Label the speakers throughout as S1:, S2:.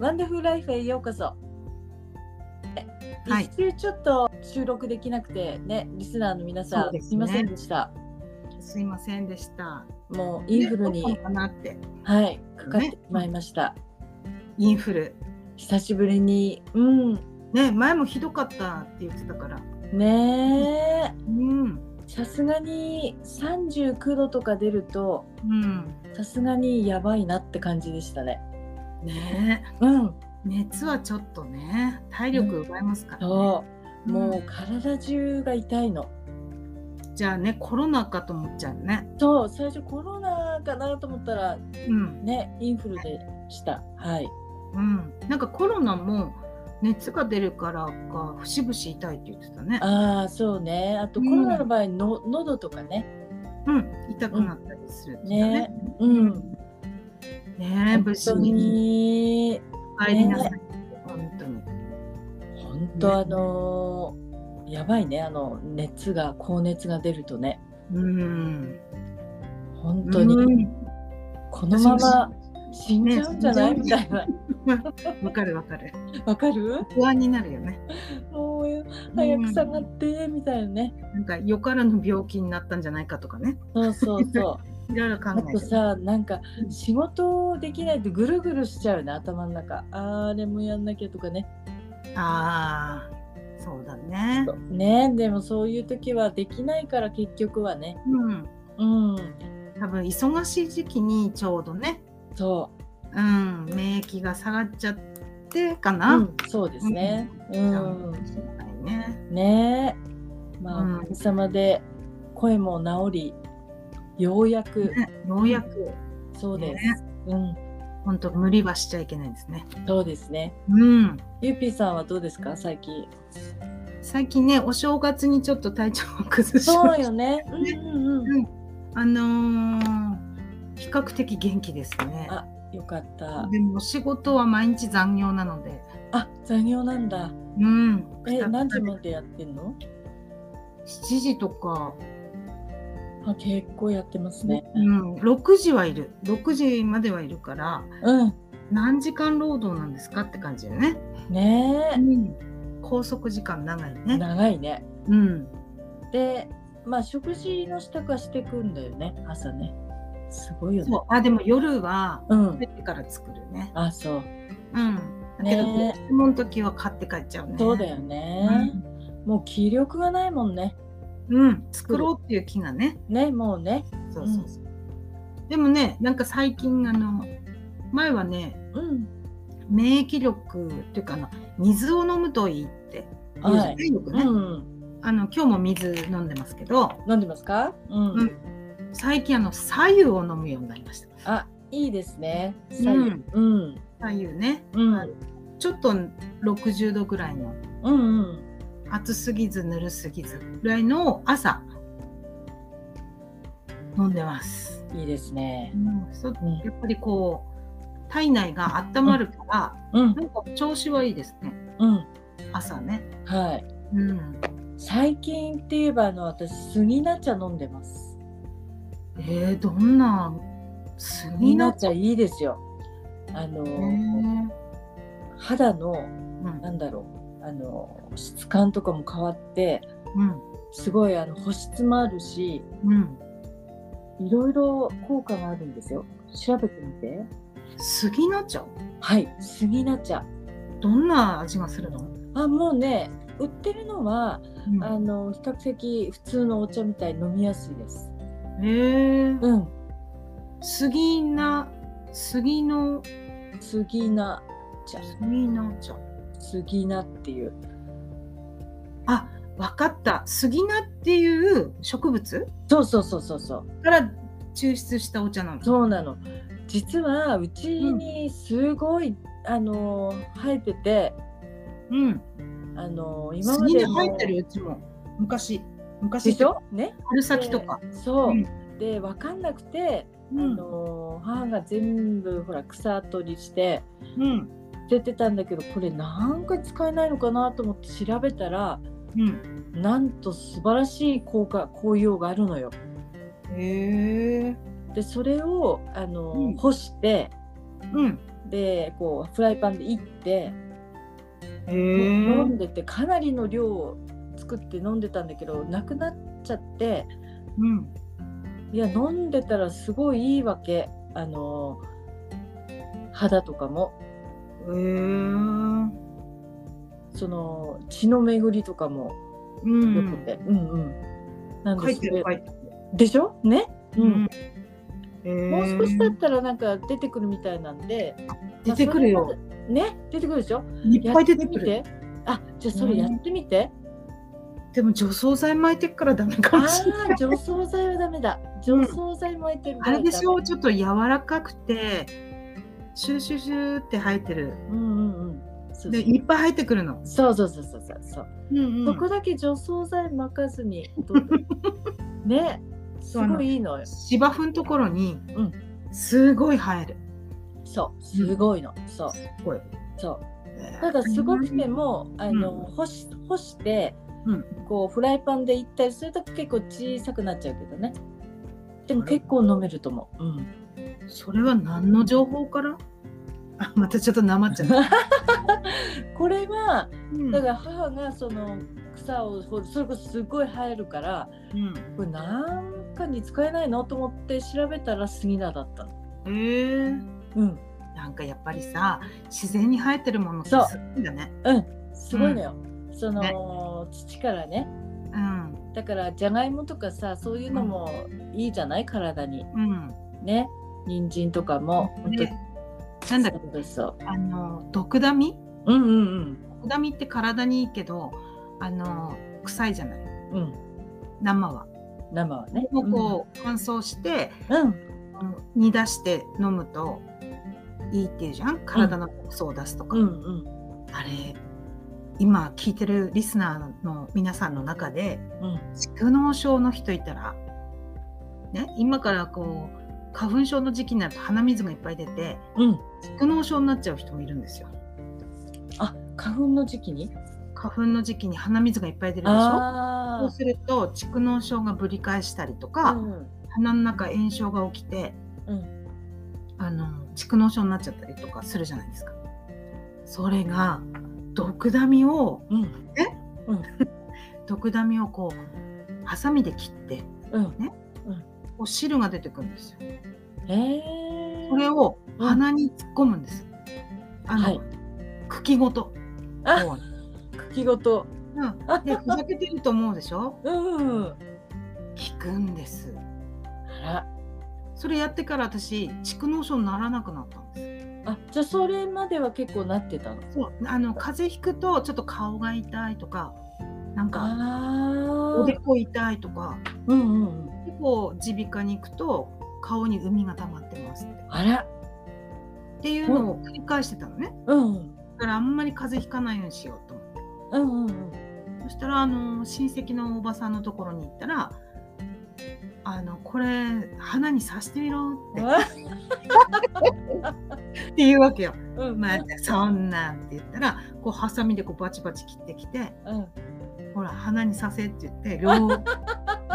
S1: ワンダフルライフへようこそ。
S2: はい
S1: 一週ちょっと収録できなくてね、リスナーの皆さ、
S2: そうんですすね
S1: みませんでした。
S2: すいませんでした。
S1: もうインフル
S2: ねどう
S1: に、
S2: かなって
S1: はい、かかってしまいました。
S2: インフル。
S1: 久しぶりに、うん、
S2: ね前もひどかったって言ってたから。
S1: ね
S2: うん
S1: え、さすがに39度とか出ると、
S2: うん
S1: さすがにやばいなって感じでしたね。
S2: ね
S1: うん、
S2: 熱はちょっとね体力奪いますから、ね
S1: そう、
S2: うん
S1: もう体中が痛いの。
S2: じゃあねコロナかと思っちゃうね。
S1: そう、最初コロナかなと思ったら、
S2: うん
S1: ね、インフルでした。はい。
S2: うんなんかコロナも熱が出るからか節々痛いって言ってたね。
S1: ああ、そうね。あと
S2: うん
S1: コロナの場合の、喉とかね。
S2: うん痛くなったりするって言ってた
S1: ね。うん。
S2: ねね
S1: 本
S2: 無
S1: 当
S2: 事に
S1: に、
S2: 帰りなさい、本当に。
S1: 本当あのーやばいね。あの熱が高熱が出るとね。
S2: うん
S1: 本当に、
S2: うん
S1: このまま
S2: 私
S1: 死んじゃうんじゃない、
S2: ね
S1: みたいな。
S2: わかるわかる。
S1: わかる？
S2: 不安になるよね。
S1: もう早く下が
S2: う
S1: って、みたいなね。
S2: んなんかよからぬ病気になったんじゃないかとかね。
S1: そうそう そう。
S2: いろいろ考
S1: あ
S2: え
S1: と
S2: てる。
S1: さなんか仕事できないとぐるぐるしちゃうね頭の中あーあれもやんなきゃとかね
S2: ああ、そうだね。
S1: ねでもそういう時はできないから結局はね
S2: うん。
S1: うん
S2: 多分忙しい時期にちょうどね、
S1: そ
S2: うん、免疫が下がっちゃってか
S1: う、
S2: な。
S1: うん、そうですねう
S2: うんん。はいね。
S1: ねえまあ、
S2: うん
S1: おかげさまで声も治りようやく
S2: ねようやく、
S1: そうです、う
S2: 本当無理はしちゃいけないですね。
S1: んそうですね
S2: うん。
S1: ゆっぴーさんはどうですか最近
S2: 最近ね、お正月にちょっと体調を崩しま
S1: そう
S2: し
S1: よ
S2: た。
S1: ねうんうんうん
S2: あのー比較的元気ですね。
S1: あよかった
S2: でも仕事は毎日残業なので、
S1: あ残業なんだ
S2: うん、
S1: え何時
S2: も
S1: までやってんの
S2: 7時とか、
S1: あ結構やってますね。
S2: うん、6時はいる6時まではいるから
S1: うん。
S2: 何時間労働なんですかって感じよね、
S1: ね
S2: うん、拘束時間長い
S1: え。
S2: ね、
S1: 長いね。
S2: うん、
S1: で、まあ食事の支度はしてくんだよね、朝ね。すごいよね
S2: そ。うあでも夜は
S1: うん
S2: 食。べてから作るね、
S1: あ、そう。
S2: うん、だけど
S1: ね
S2: 子供の時は買って帰っちゃうね
S1: そうだよね。もう気力がないもんね。
S2: うん、うん作ろうっていう気がね
S1: ね、もうね。
S2: そうそうそう、でもねなんか最近あの前はね
S1: うん。
S2: 免疫力っていうかな水を飲むといいって言うじゃ
S1: は。
S2: ないいよく
S1: う
S2: ね、
S1: ん。
S2: あの今日も水飲んでますけど
S1: 飲んでますかうん。
S2: うん最近あの左右を飲むようになりました
S1: あ、いいですね。
S2: ん
S1: 左右うん。
S2: 左右ね
S1: うん。
S2: はいちょっと60度ぐらいの
S1: うんうん。
S2: 熱すぎずぬるすぎずぐらいのを朝飲んでます、
S1: いいですね。
S2: そう
S1: うん
S2: やっぱりこう体内が温まるから、
S1: うん。
S2: なんか調子はいいですね
S1: うん。
S2: 朝ね
S1: はい。
S2: うん
S1: 最近って言えばあの私杉菜茶飲んでます
S2: えー、どんな
S1: 杉
S2: 杉
S1: 菜
S2: の
S1: 茶いいですよあの、
S2: ね
S1: 肌の
S2: うん
S1: なんだろうあの質感とかも変わって
S2: うん
S1: すごいあの保湿もあるし
S2: うん
S1: いろいろ効果があるんですよ調べてみて
S2: 杉の茶
S1: はい杉菜茶
S2: どんな味がするの、
S1: あもうね売ってるのは、
S2: うん
S1: あの比較的普通のお茶みたいに飲みやすいです
S2: へえ
S1: うん
S2: 杉な杉の
S1: 杉菜茶
S2: 杉の茶
S1: 杉菜っていう
S2: あわかった杉菜っていう植物
S1: そうそうそうそうそう
S2: から抽出したお茶なの
S1: そうなの実はうちにすごい、あのー生えてて
S2: うん
S1: あのー今ま
S2: 杉
S1: で
S2: 菜
S1: も
S2: 入ってるうちも昔
S1: で
S2: 昔
S1: しょね
S2: 春先とか、
S1: でそう、
S2: うん
S1: で分かんなくて、
S2: う
S1: あ
S2: ん
S1: のー母が全部ほら草取りして
S2: うん
S1: 捨ててたんだけどこれ何回使えないのかなと思って調べたら
S2: うん
S1: なんと素晴らしい効果効用があるのよ。
S2: へえ
S1: でそれをあのー、
S2: うん
S1: 干して
S2: うん。
S1: でこうフライパンでいって、飲
S2: へえ。
S1: んでてかなりの量を作って飲んでたんだけどなくなっちゃって
S2: うん。
S1: いや飲んでたらすごいいいわけあの肌とかも
S2: へえ。
S1: その血の巡りとかも
S2: う
S1: 良く
S2: ん。
S1: て、うん、うんなん
S2: 書
S1: で
S2: い
S1: す
S2: てる書いてる。
S1: でしょね、うん
S2: うん
S1: もう少しだったらなんか出てくるみたいなんで
S2: 出てくるよ。
S1: ね出てくるでしょ
S2: いっぱい出て
S1: や
S2: く
S1: っみ
S2: る。
S1: あじゃあそれやってみて、
S2: でも除草剤巻いてっからダメか
S1: あ
S2: もしれな
S1: あ
S2: い。
S1: ー除草剤はダメだ除草剤巻いてる
S2: あれでし
S1: ょ
S2: ょちょっと柔らかくてシューシューシューって生えてる。
S1: うんうんうんそう
S2: でいっぱい生えてくるの。
S1: そうそうそうそうそうそう
S2: うん
S1: そこだけ除草剤巻かずに ねすごいいいのよ
S2: 芝生のところに
S1: うん
S2: すごい生える。
S1: そうすごいのそう
S2: すごい。
S1: そうただすごくてもあの、干し干して、
S2: うん
S1: こうフライパンでいったりすると結構小さくなっちゃうけどねでも結構飲めると思う、うん、
S2: それは何の情報からあまたちょっとなまっちゃった。
S1: これは
S2: うん
S1: だから母がその草を掘るそれこそすごい生えるから
S2: うん
S1: これなんかに使えないのと思って調べたら杉菜だったの。
S2: えー
S1: うん
S2: なんかやっぱりさ自然に生えてるものってす
S1: そう
S2: ごいんだね。
S1: すごいのよ、その、土からね
S2: うん
S1: だからじゃがいもとかさそういうのもいいじゃない体に
S2: うん。
S1: ね人参とかも本当に
S2: ねなんだっけ
S1: そうそう
S2: あの毒ダミ
S1: うんうん
S2: 毒ダミって体にいいけどあの臭いじゃない
S1: うんうん
S2: 生は。
S1: 生はね
S2: もうこう乾燥して、
S1: うん、うん、
S2: あの煮出して飲むといいっていうじゃん体の毒素を出すとか。
S1: うんうん
S2: あれ今聞いてるリスナーの皆さんの中で
S1: うん
S2: 蓄膿症の人いたら、ね、今からこう花粉症の時期になると鼻水がいっぱい出て
S1: うん
S2: 蓄膿症になっちゃう人もいるんですよ。
S1: あ花粉の時期に
S2: 花粉の時期に鼻水がいっぱい出るでしょ
S1: あ
S2: そうすると蓄膿症がぶり返したりとか、
S1: あうん
S2: 鼻の中炎症が起きて
S1: うん
S2: あの蓄膿症になっちゃったりとかするじゃないですか。それが毒ダミを
S1: うん
S2: 毒ダミをこうハサミで切って
S1: うん
S2: こう汁が出てくるんですよ。
S1: へえ
S2: これを
S1: うん
S2: 鼻に突っ込むんです。あの、
S1: はい
S2: 茎ごと。
S1: あ
S2: こう
S1: 茎ごと
S2: うん、でふざけてると思うでしょ
S1: うんうん
S2: 効くんです。
S1: あ
S2: それやってから私蓄膿症にならなくなったんで
S1: らあじゃあそれまでは結構なってたの
S2: す。そうあの風邪ひくとちょっと顔が痛いとかなんか
S1: あ
S2: おで
S1: あ
S2: こ痛いとか
S1: うんうんうん
S2: 結構耳鼻科に行くと顔に海が溜まってますって
S1: あら
S2: っていうのを繰り返してたのね。
S1: うん
S2: だからあんまり風邪ひかないようにしようと思って。
S1: うんうんうん
S2: そしたらあの親戚のおばさんのところに行ったら「あのこれ花に刺してみろ」って
S1: わ
S2: って言うわけよ。
S1: うん
S2: まあ、そんなんって言ったらこうハサミでこうバチバチ切ってきて
S1: うん
S2: 「ほら花に刺せ」って言 って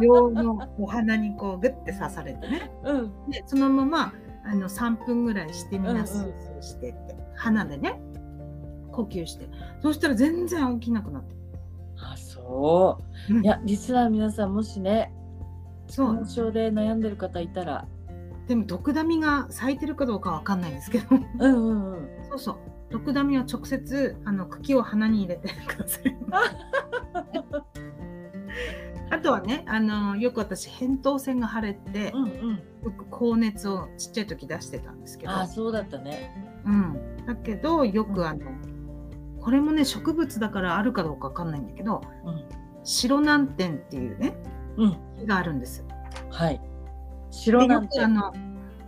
S2: 両両のお花にこうグッて刺されてね
S1: うん
S2: でそのままあの3分ぐらいしてみ
S1: うんうん
S2: なスースーしてって鼻でね呼吸してそしたら全然起きなくなって。
S1: あそううんいやリスナーの皆さんもしね
S2: そう
S1: 花粉症で悩んでる方いたら
S2: でも毒ダミが咲いてるかどうかわかんないです けど
S1: うんうんうん
S2: そうそう毒ダミは直接あの茎を鼻に入れ て くださいあとはねあのよく私扁桃腺が腫れて
S1: うんうん
S2: よく高熱をちっちゃい時出してたんですけど、
S1: あそうだったね
S2: うん、だけどよくあのこれもね植物だからあるかどうかわかんないんだけど、
S1: うん
S2: 白南天っていうね
S1: うん
S2: 木があるんです
S1: はい
S2: で
S1: 白な
S2: よ
S1: ん
S2: く
S1: て
S2: あの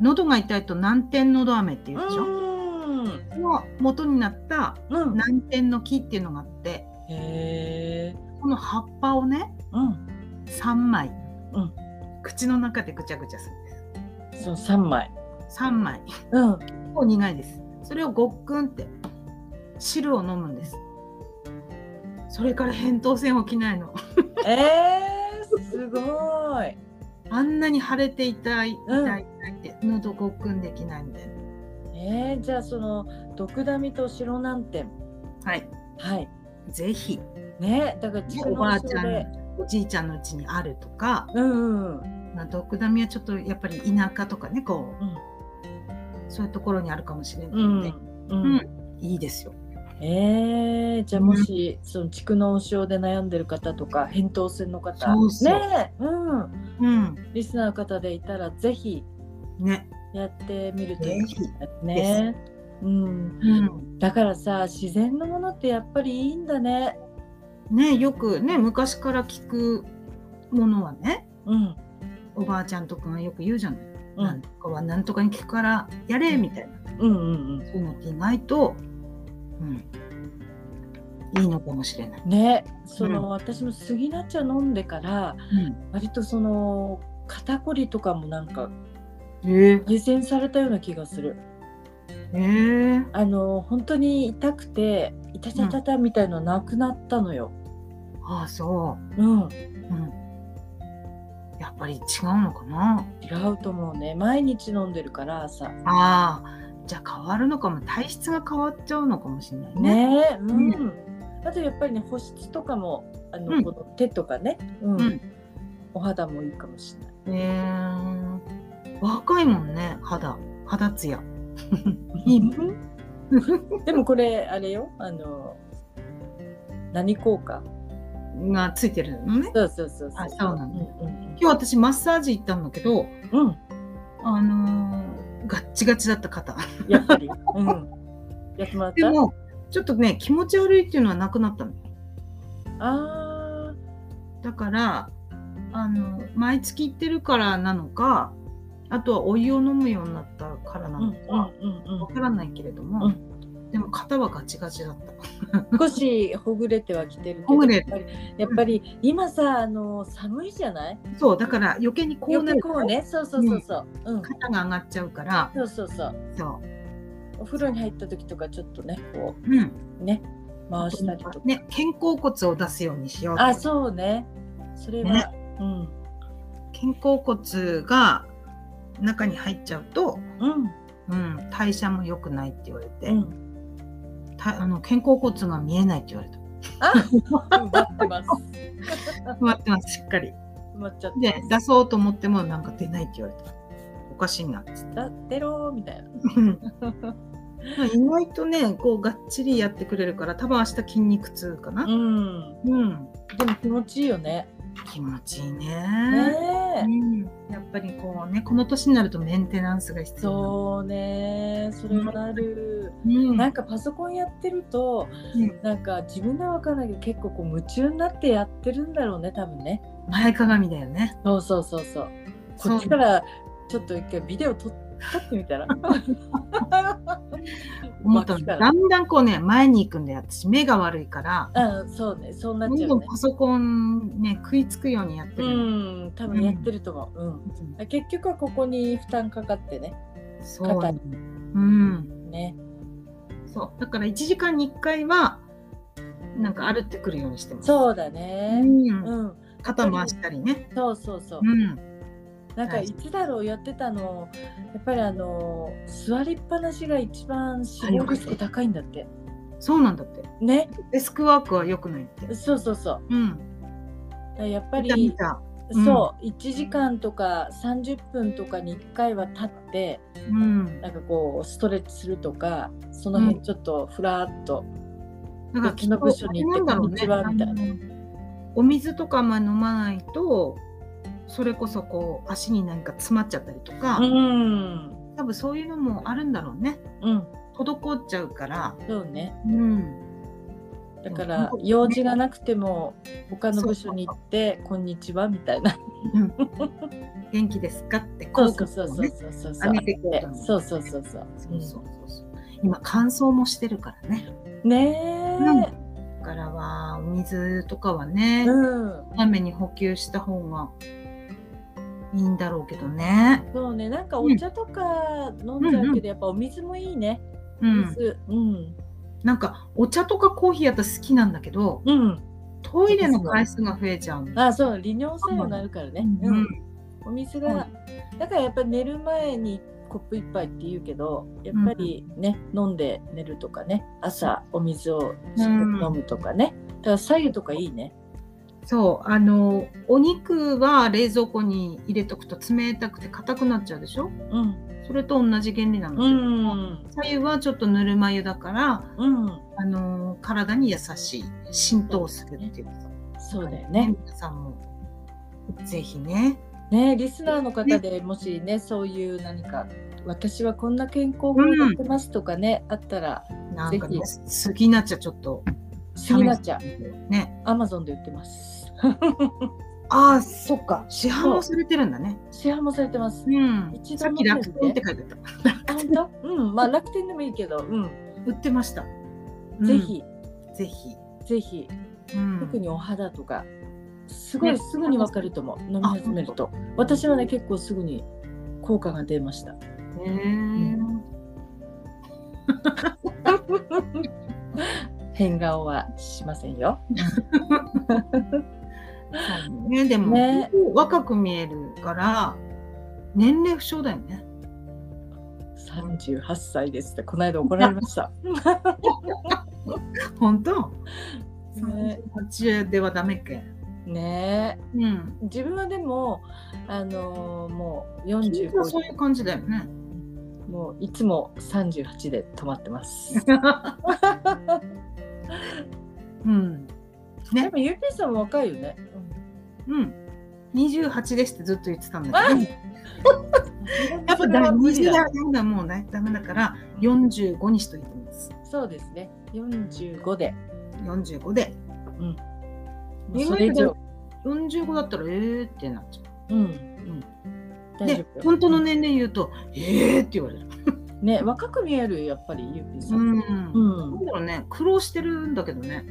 S2: 喉が痛いと南天のど飴っていううでしょ、
S1: ん
S2: の元になった
S1: うん
S2: 南天の木っていうのがあって
S1: へえ
S2: この葉っぱをね
S1: うん
S2: 3枚、
S1: うん
S2: 口の中でぐちゃぐちゃするんで
S1: そう三枚
S2: す3枚
S1: うん
S2: もう苦いですそれをごっくんって汁を飲むんですそれから扁桃腺起きないの
S1: ええすごい
S2: あんなに腫れて痛い
S1: うん
S2: 痛い痛いって喉ごっくんできないみたいな
S1: ええー、じゃあその毒ダミと白南天
S2: はい、
S1: はい
S2: ぜひ
S1: ねだから
S2: おばあちゃん
S1: で
S2: おじいちゃんの家にあるとか、
S1: うんうんうん
S2: まあ、ドクダミはちょっとやっぱり田舎とかねこう、
S1: うん
S2: そういうところにあるかもしれな
S1: う
S2: いので、
S1: んうん
S2: ういいですよ。
S1: えー、じゃあもし、その蓄膿症で悩んでる方とか扁桃腺の方
S2: そうそう
S1: ねうん
S2: うん、
S1: リスナーの方でいたらぜひ
S2: ね、
S1: やってみると
S2: ぜ
S1: いい
S2: ひ、
S1: ですね。うん、
S2: うん、
S1: だからさ自然のものってやっぱりいいんだね。
S2: ねよくね昔から聞くものはね
S1: うん、
S2: おばあちゃんとかがよく言うじゃない、
S1: う
S2: なん
S1: ん、
S2: とかはなんとかに聞くからやれみたいな
S1: うんうん
S2: そういうのって意外と、うん、いいのかもしれない。
S1: うんねその、
S2: うん
S1: 私も杉菜茶飲んでから割とその肩こりとかもなんか
S2: えー、
S1: 改善されたような気がする。
S2: えー、
S1: あの本当に痛くて痛たたたみたいのなくなったのよ。
S2: ああそう。
S1: うん、
S2: うん、やっぱり違うのかな
S1: 違うと思うね毎日飲んでるから朝
S2: あーじゃあ変わるのかも体質が変わっちゃうのかもしれないね
S1: ねえうん、
S2: ね
S1: あとやっぱりね保湿とかもあの、
S2: うん
S1: この手とかね、うん
S2: うん
S1: お肌もいいかもしれない
S2: えー若いもんね肌肌ツヤいいね
S1: でもこれあれよあの何効果
S2: がついてるのね
S1: そうそうそうそう
S2: あそうなんだ
S1: うん
S2: 今日私マッサージ行ったんだけど
S1: うん、うん、
S2: あのーガッチガチだった肩
S1: やっぱりうんやってもらっ
S2: で
S1: た
S2: もちょっとね気持ち悪いっていうのはなくなったの
S1: あ
S2: だからあの毎月行ってるからなのかあとはお湯を飲むようになったから
S1: ー
S2: な
S1: うん
S2: の
S1: う
S2: か、
S1: んうん
S2: わ
S1: う
S2: からないけれども、
S1: う
S2: でも肩はガチガチだった。
S1: ん少しほぐれてはきてるけど
S2: ほぐ
S1: や
S2: れ
S1: っぱりやっぱり今さあの寒いじゃない
S2: そうだから余計にこうなる
S1: よくこうねそうそうそうそううん
S2: 肩が上がっちゃうから、
S1: そうそうそう
S2: そ
S1: お風呂に入った時とかちょっとねこ
S2: う、うん、
S1: うね回したりとか、
S2: ね肩甲骨を出すようにしよう。
S1: あそうねそれは、
S2: ね
S1: うん
S2: 肩甲骨が中に入っちゃうと、
S1: うん
S2: うん、代謝も良くないって言われて、
S1: うん
S2: たあの肩甲骨が見えないって言われた。
S1: あ埋まってます
S2: 埋まってますしっかり。
S1: 埋まっちゃっ
S2: で
S1: て
S2: 出そうと思ってもなんか出ないって言われた。おかし いなっつって。
S1: だってろーみたいな
S2: 意外とねこうがっちりやってくれるから多分明日筋肉痛かな。
S1: ん
S2: うん
S1: でも気持ちいいよね
S2: 気持ちいいね
S1: ねえ
S2: うん、やっぱりこうねこの年になるとメンテナンスが必要
S1: そうねそれもなる、
S2: う、うん、
S1: なんかパソコンやってると、
S2: うん
S1: なんか自分では分からないけど結構こう夢中になってやってるんだろうね多分ね
S2: 前かがみだよね
S1: そうそうそうそうこっちからちょっと一回ビデオ撮っ撮ってみたら。
S2: 思ったの
S1: 脇か
S2: だんだんこうね前に行くんだよ私目が悪いから
S1: ら。うん、そうね、そうなっ
S2: どん
S1: ちゃ
S2: ど
S1: うんね。
S2: パソコンね食いつくようにやって
S1: う
S2: る、
S1: ん、多分やってると思う。うん結局はここに負担かかってね。
S2: そうな
S1: 肩
S2: の
S1: に
S2: うん
S1: ね。
S2: そうだから1時間に1回はなんか歩ってくるようにしてます
S1: そうだ
S2: う
S1: ね。
S2: ん、
S1: うん、
S2: 肩回したりね
S1: そうそうそう
S2: う。ん
S1: なんかいつだろうやってたの、やっぱりあの座りっぱなしが一番死亡リスク高いんだって。
S2: そうなんだって
S1: ね、
S2: デスクワークは良くないって
S1: そうそうそう。
S2: うん
S1: だからやっぱ
S2: 見た
S1: り
S2: 見たうん
S1: そう1時間とか30分とかに1回は立って
S2: うん
S1: なんかこうストレッチするとかその辺ちょっとふらっと、
S2: なんか
S1: 別の部署に行って
S2: きっとあれ
S1: こんにちはみたい
S2: お水とかあんまり飲まないとそれこそこう足に何か詰まっちゃったりとか、
S1: ん
S2: 多分そういうのもあるんだろうね
S1: うん
S2: 滞っちゃうから、
S1: そうね
S2: うん、
S1: だから用事がなくても他の部署に行って「こんにちは」みたいな
S2: 元気ですかって
S1: そ
S2: こ
S1: うそうそうそうそうそうそう
S2: 上げていこうと思
S1: そうそうそうそう
S2: そうそうそうそう今乾燥もしてるからね
S1: ね
S2: だからはお水とかはね
S1: えうん
S2: こまめに補給した方がいいんだろうけどね
S1: そうねなんかお茶とか飲んじゃうけどやっぱお水もいいね
S2: うん
S1: 水うん
S2: なんかお茶とかコーヒーやったら好きなんだけど
S1: うん
S2: トイレの回数が増えちゃうの
S1: あそう利尿作用になるからね
S2: うん
S1: お水が、だからやっぱり寝る前にコップ一杯って言うけどやっぱりね、飲んで寝るとかね朝お水をしっかり飲むとかね、だから白湯とかいいね
S2: そうあのお肉は冷蔵庫に入れとくと冷たくて硬くなっちゃうでしょ
S1: うん
S2: それと同じ原理なの
S1: う
S2: で、
S1: ん
S2: 白湯はちょっとぬるま湯だから、
S1: うん
S2: あの体に優しい浸透するっていうか
S1: そうだよね
S2: 皆さんもぜひね
S1: ねリスナーの方でもしねそういう何か私はこんな健康法やってますとかね、あったら
S2: なんかね
S1: ぜ
S2: 好きになっちゃちょっと
S1: スギナちゃん
S2: ね
S1: アマゾンで売ってます
S2: ああそっか市販もされてるんだね
S1: 市販もされてます
S2: うん
S1: 一度
S2: さっき
S1: 飲ん
S2: 楽
S1: でみて
S2: 天って書いてあった
S1: あ本当うんまあ楽天でもいいけどうん、
S2: 売ってました、
S1: ぜひ
S2: ぜひ、
S1: ぜひ
S2: うん
S1: 特にお肌とかすごい
S2: ね
S1: すぐにわかると思う、飲み始めると私はね結構すぐに効果が出ました
S2: へー
S1: 変顔はしませんよ
S2: そうねでも、
S1: ね
S2: 若く見えるから年齢不詳だよね
S1: 38歳ですってこの間怒られました
S2: 本当
S1: ね
S2: 38ではダメっけ
S1: ね
S2: うん
S1: え自分はでもあのーもう
S2: 君はそうい
S1: 45
S2: う感じだよね
S1: もういつも38で止まってます
S2: うん
S1: でもゆうぴさんも若いよね。
S2: うん28ですってずっと言ってたんだけど、やっぱ
S1: それ
S2: だ
S1: は無理
S2: 20
S1: だ
S2: 代はもうねダメだから45にしといてます
S1: そうですね。45で。
S2: 45で
S1: もうそれ以上。
S2: 45だったらえーってなっちゃ
S1: うん。うん。
S2: う
S1: 大丈
S2: で
S1: 夫よ。
S2: 本当の年齢言うとえーって言われる
S1: ね、若く見える、やっぱりゆうぴさ。
S2: うんん
S1: うん
S2: な。んだろうね苦労してるんだけどね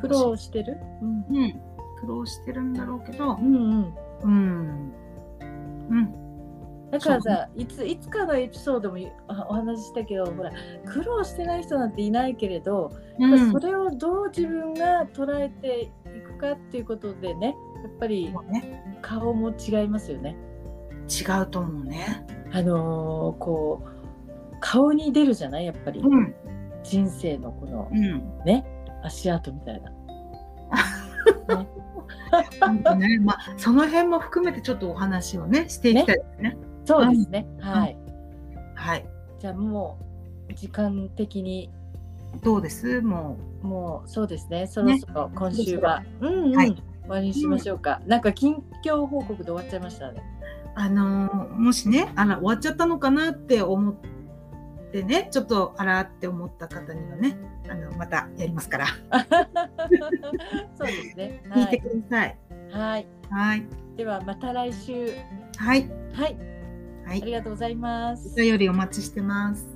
S1: 苦労してる。うん。
S2: うん苦労してるんだろうけど
S1: うんうん。
S2: うんうん
S1: だからさ、いつ、いつかのエピソードもあお話ししたけど、ほら。苦労してない人なんていないけれど。
S2: う
S1: やっぱり
S2: ん
S1: それをどう自分が捉えていくかっていうことでね。やっぱり
S2: そうね
S1: 顔も違いますよね。
S2: 違うと思うね
S1: あのーこう顔に出るじゃないやっぱり、
S2: うん
S1: 人生のこの
S2: うん
S1: 足跡みたいな。
S2: なんかね、まあ、その辺も含めてちょっとお話をね、していきたいですね。
S1: そうですね。はい。
S2: はい。
S1: じゃあもう時間的に
S2: どうですも
S1: もうそうですね。そろそろ今週は、うんうん、
S2: はい
S1: 終わりにしましょうか。なんか近況報告で終わっちゃいましたね。
S2: う、あのーもしね、あら、終わっちゃったのかなって思ってね、ちょっと、あらって思った方にはね、あの、またやりますから、
S1: そうですね。
S2: 聞い
S1: は
S2: て
S1: い。
S2: ください。
S1: はい。
S2: はい。
S1: ではまた来週。
S2: はい。
S1: はい。
S2: は
S1: あり
S2: い。
S1: がとうございます
S2: お。便りお待ちしてます。